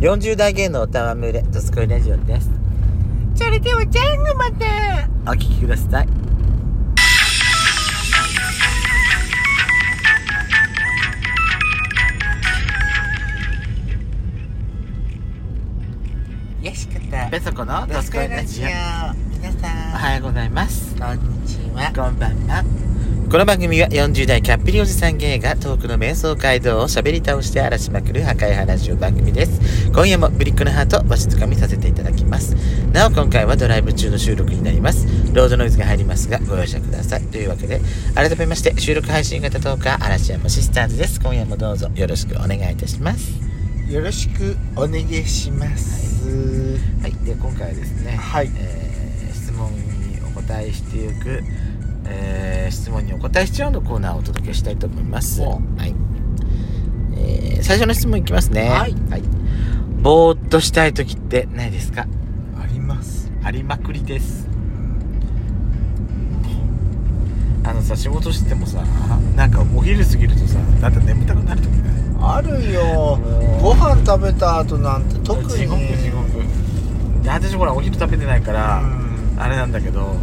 40代芸能おたまむれドスコイラジオですそれではジャングまたお聞きくださいよしかったベソコのドどスすコこイいララジジオオ皆おさんはようございますこんにちはこんばんはこの番組は40代キャッピリおじさん芸がトークの瞑想街道を喋り倒して荒らしまくる破壊話を番組です今夜もブリックのハートをわしづかみさせていただきますなお今回はドライブ中の収録になりますロードノイズが入りますがご容赦くださいというわけで改めまして収録配信型トーカー嵐山シスターズです今夜もどうぞよろしくお願いいたしますよろしくお願いしますはい、で今回はですね、はいえー質問にお答えしていく、えー質問にお答えしちゃうのコーナーをお届けしたいと思います。おはいえー最初の質問いきますね。はいぼーっとしたい時ってないですかありますありまくりです。あのさ、仕事してもさ、なんかお昼過ぎるとさ、だんだん眠たくなる時ないあるもようご飯食べた後なんて特に地獄地獄。で私ほら、お昼食べてないから、うんあれなんだけど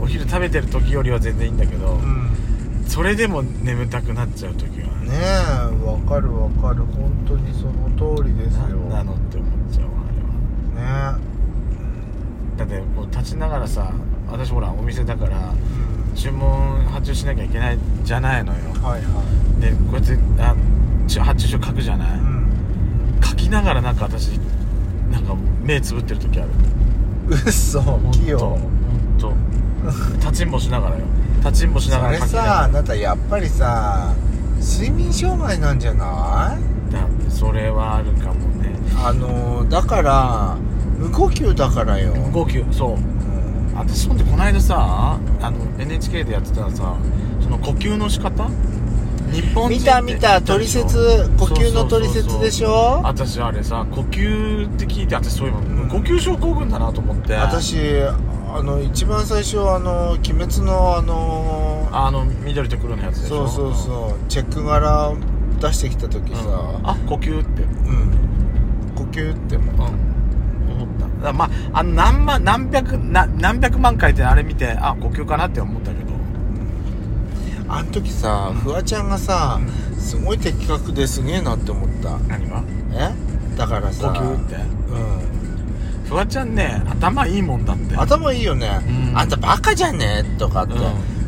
お昼食べてる時よりは全然いいんだけど、うんそれでも眠たくなっちゃう時はねえわかるわかる本当にその通りですよ何なのって思っちゃうわあれはねだってこう立ちながらさ私ほらお店だからえ、うん注文発注しなきゃいけないじゃないのよはいはでこうやってあち発注書書くじゃないい、うん書きながらなんか私なんか目つぶってる時ある嘘器用本当本当立ちんぼしながらよ立ちんぼしなそがられ書きながさあらなたやっぱりさ睡眠障害なんじゃないだそれはあるかもねあのだから無呼吸だからよ、号泣そううん私ほんでこの間さあの NHK でやってたらさその呼吸の仕方日本人って見た見た見たトでリしょセツ呼吸のトリセツでしょょ私あれさ呼吸って聞いて私そういえばん呼吸症候群だなと思って私あの一番最初あの「鬼滅の」あのあの緑と黒のやつでしそょうそうそうチェック柄出してきた時うんさ、あ呼吸ってうん呼吸ってもうん思っただからまああの何万何百な何百万回ってあれ見てあ呼吸かなって思ったけどあの時さフワちゃんがさすごい的確ですげえなって思った何がえだから呼さ吸ってうんフワちゃんね頭いいもんだって頭いいよね、うんあんたバカじゃねえとかって、う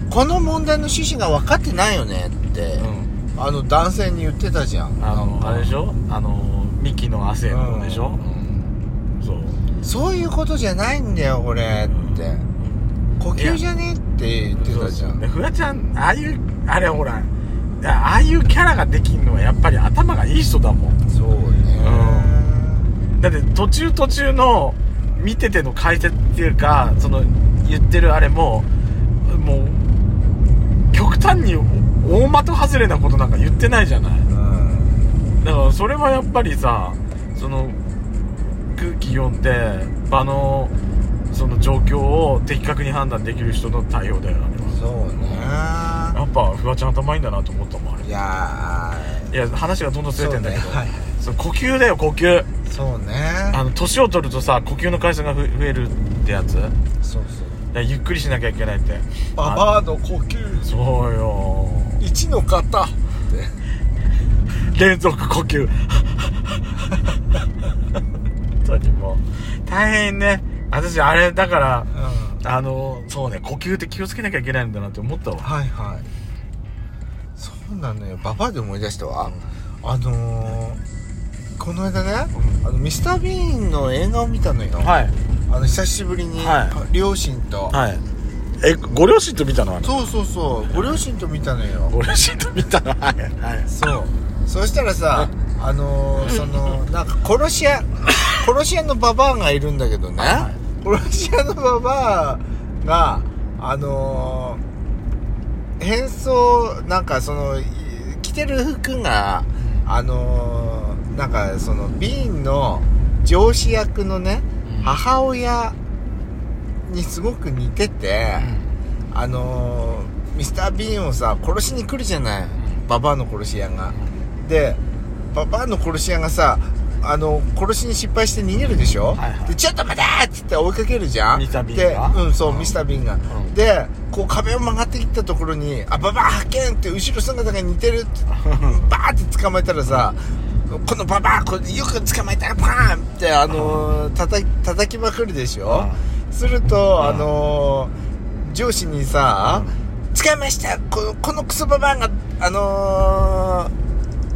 この問題の趣旨が分かってないよねって、うんあの男性に言ってたじゃんあなんのかあれでしょあのミキの汗のでしょ、ううんそうそういうことじゃないんだよ俺って、呼吸じゃねえって言ってたじゃんでフワちゃんああいうあれほらいやああいうキャラができんのはやっぱり頭がいい人だもんそうね、だって途中途中の見てての解説っていうかその言ってるあれももう極端に大的外れなことなんか言ってないじゃないうんだからそれはやっぱりさその空気読んで場のその状況を的確に判断できる人の対応だよあれはそうねやっぱフワちゃん頭いいんだなと思ったもんあれいやいや話がどんどんずれてんだけどそそうねはいの呼吸だよ呼吸ーそうねあの年を取るとさ呼吸の回数がふ増えるってやつだかそうそうらゆっくりしなきゃいけないってババアの呼吸そうよ一の型って連続呼吸 本当にもう大変ね私あれだからうんあのそうね呼吸って気をつけなきゃいけないんだなって思ったわはいはいそうなのよババアで思い出したわ、あのー、この間ね、あのミスター・ビーンの映画を見たのよ、はいあの久しぶりに、は両親と、はいえご両親と見たのあのそうそうそうご両親と見たのよご両親と見たのはいはい そうそしたらさあのー、そのなんか殺し屋殺し屋のババアがいるんだけどね、は殺し屋のババアがあのー、変装なんかそのい着てる服があのー、なんかそのビーンの上司役のねうん母親にすごく似てて、あのー、ミスター・ビーンをさ殺しに来るじゃない、んババアの殺し屋が、でババアの殺し屋がさあの殺しに失敗して逃げるでしょ、はいはいでちょっと待てーって言って追いかけるじゃんミスタービーンがでうんそう、うんミスター・ビーンが、んでこう壁を曲がっていったところに「あババア発見!」って後ろ姿が似てるってバーって捕まえたらさ、このババアこれよく捕まえたらバーンってあのー叩き叩きまくるでしょ、すると、うんあのー上司にさ、使いましたここのクソババアがあのー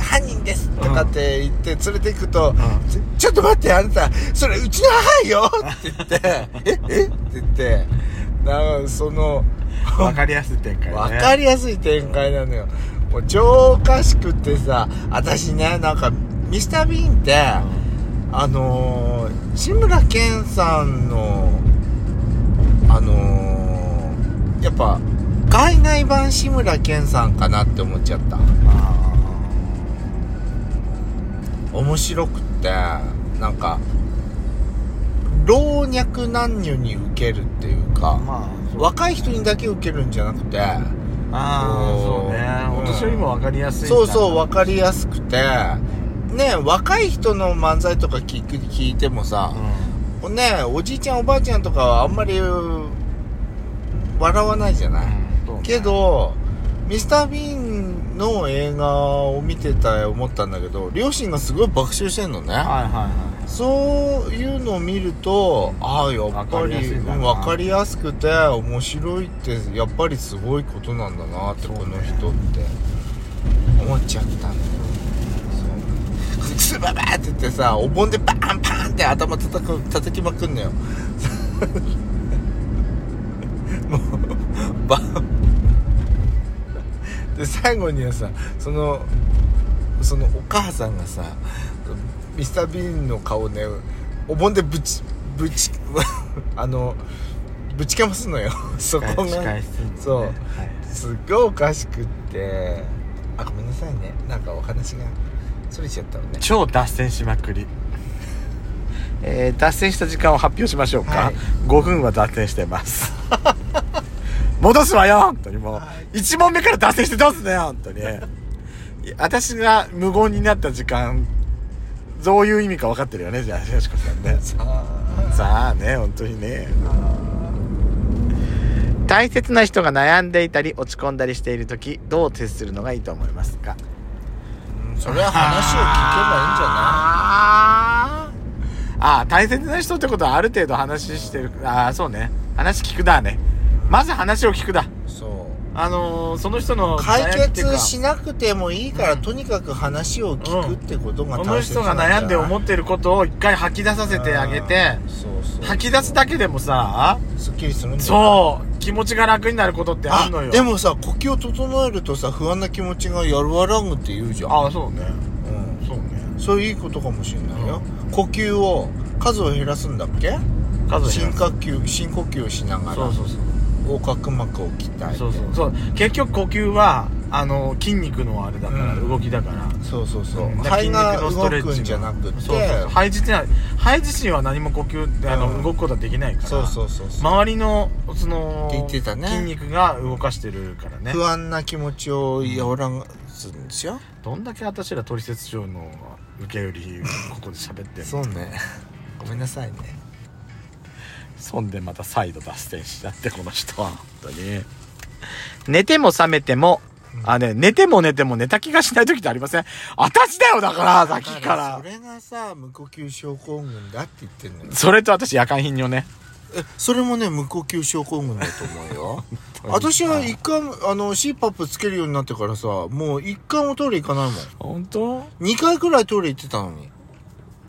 犯人ですとかって言って連れていくと、んちちょっと待ってあなたそれうちの母よって言ってええって言ってなんかそのわかりやすい展開ねわかりやすい展開なのよもう超おかしくってさ私ねなんかミスター・ビーンって、あのー、志村けんさんのあのー、やっぱ海内版志村けんさんかなって思っちゃったあ面白くってなんか老若男女に受けるっていうかー、まあそう若い人にだけ受けるんじゃなくてあーそううんねお年寄りもわかりやすいんだそうそう分かりやすくてね若い人の漫才とか聞く聞いてもさ、うねおじいちゃんおばあちゃんとかはあんまりうん笑わないじゃない、んそうねけどミスター・ビーンの映画を見てた思ったんだけど両親がすごい爆笑してんのねはいはいはいそういうのを見るとああやっぱわかりやりすいんだなうんわかりやすくて面白いってやっぱりすごいことなんだなって、そうねこの人って思っちゃったんだよそう クスババーって言ってさお盆でバンバンって頭叩く叩きまくんのよもうバン で最後にはさそのそのお母さんがさミスター・ビーンの顔ねお盆でぶちぶち あのぶちかますの よそこ司が会室にねそうはいすっごいおかしくってあごめんなさいねなんかお話がそれちゃったのね超脱線しまくり えー脱線した時間を発表しましょうはかい5分は脱線してます 戻すわよ本当にもはう1問目から脱線してどうすんだよ本 当にいや私が無言になった時間どういう意味か分かってるよねじゃあよしこさん ねさあさあね本当にね大切な人が悩んでいたり落ち込んだりしている時どう徹するのがいいと思いますかうんそれは話あーあー大切な人ってことはある程度話してるああそうね話聞くだねまず話を聞くだを聞けばいいんじゃないそうあのーその人の解悩みっていう決かしなくてもいいから、うんとにかく話を聞くってことがその大切人ながんじゃない悩んで思ってることを一回吐き出させてあげてうんそうそう吐き出すだけでもさすっきりするんだよそう気持ちが楽になることってああんのよでもさ呼吸を整えるとさ不安な気持ちが和らぐって言うじゃんああそうねうん、そうねそういういいことかもしれないよ、呼吸を数を減らすんだっけ数深減ら呼吸深呼吸をしながらそうそうそう横隔膜を鍛えてそうそうそう結局呼吸はあの筋肉のあれだから、うん動きだからそうそうそうだから肺が動く筋肉のんストレッチがじゃなくてそうそうそう肺自身は肺自身は何も呼吸ってあの、うん動くことはできないからそうそうそうそう周りのそのって言ってたね筋肉が動かしてるからね不安な気持ちを和らぐんですよ、どんだけ私ら取説上の受け売りここで喋ってんのそうねごめんなさいねそんでまた再度脱線しちゃってこの人は本当に寝ても覚めてもあね、寝ても寝ても寝た気がしない時ってありません私だよだからさっきだからそれがさ無呼吸症候群だって言ってんのよそれと私夜間頻尿ねえそれもね無呼吸症候群だと思う よ本当に私は一回あの CPAP つけるようになってからさもう一回もトイレ行かないもん本当2回くらいトイレ行ってたのに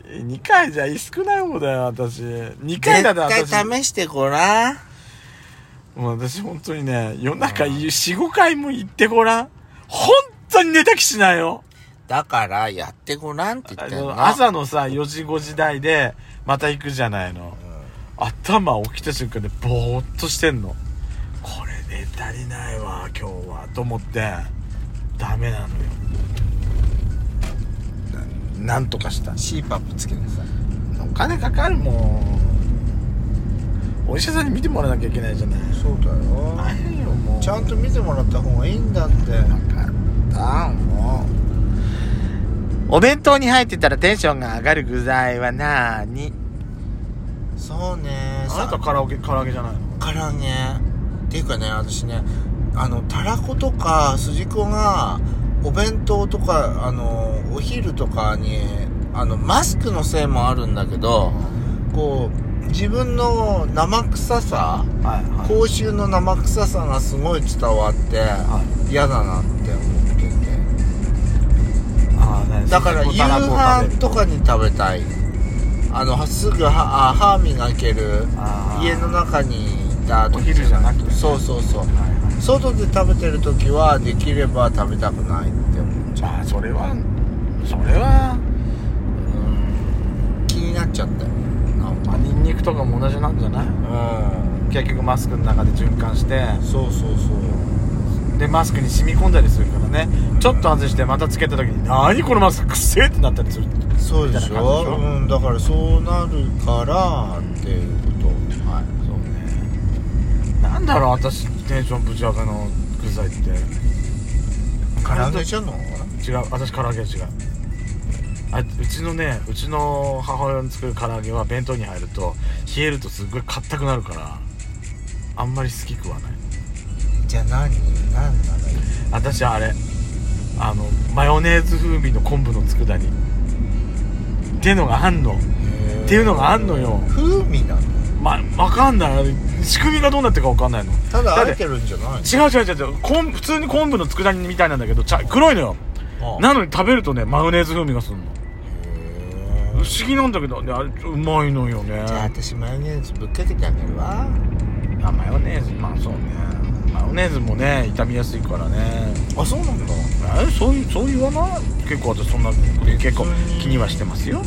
え2回じゃ少ない方だよ私2回だな私試してごらんもう私本当にね夜中45回も行ってごらん本当に寝た気しないよだからやってごらんって言あってんのの朝のさ4時5時台でまた行くじゃないの、頭起きた瞬間でぼーっとしてんのこれ寝足りないわ今日はと思ってダメなのよななんとかした CPAP つけなさいお金かかるもんお医者さんに見てもらわなきゃいけないじゃないそうだ大よ変よもうちゃんと見てもらった方がいいんだって分かったもうお弁当に入ってたらテンションが上がる具材はなーにそうねあなたカラオケ唐揚げじゃないのからねっていうかね私ねあのたらことか筋子がお弁当とかあのお昼とかにあのマスクのせいもあるんだけどこう自分の生臭さはいはい口臭の生臭さがすごい伝わっては嫌だなって思っててあーねだからそ夕うたらこを食べ飯るとかに食べたいあのすぐはあ歯磨けるあー家の中にいたお昼じゃなくてそうそうそうはいはい外で食べてる時はできれば食べたくないって思っちゃまあそれはそれはう気になっちゃったよなんまかあニンニクとかも同じなんじゃないうん結局マスクの中で循環してそうそうそうでマスクに染み込んだりするからねちょっと外してまたつけた時に「何このマスクくせえ!」ってなったりするそうでしみたいなょ感じでしょうんだからそうなるからっていうことはいそうねなんだろう私テンションぶち上げの具材って唐揚唐揚げじゃない違う私唐揚げは違うあうちのねうちの母親の作る唐揚げは弁当に入ると冷えるとすっごい硬くなるからあんまり好きくはないじゃあ何何ならいい私あれあのマヨネーズ風味の昆布の佃煮っていうのがあんのっていうのがあんのよ風味なのまわかんない仕組みがどうなってるかわかんないのただだっあてえてるんじゃない違う違う違う違う昆布普通に昆布の佃煮みたいなんだけど茶黒いのよのなのに食べるとねマヨネーズ風味がするのへ不ー思議なんだけどねあれうまいのよねじゃあ私マヨネーズぶっかけてあげるわあマヨネーズまあそうねマヨネーズもね傷みやすいからねあそうなんだえそういうそう言わない結構私そんな結構気にはしてますよ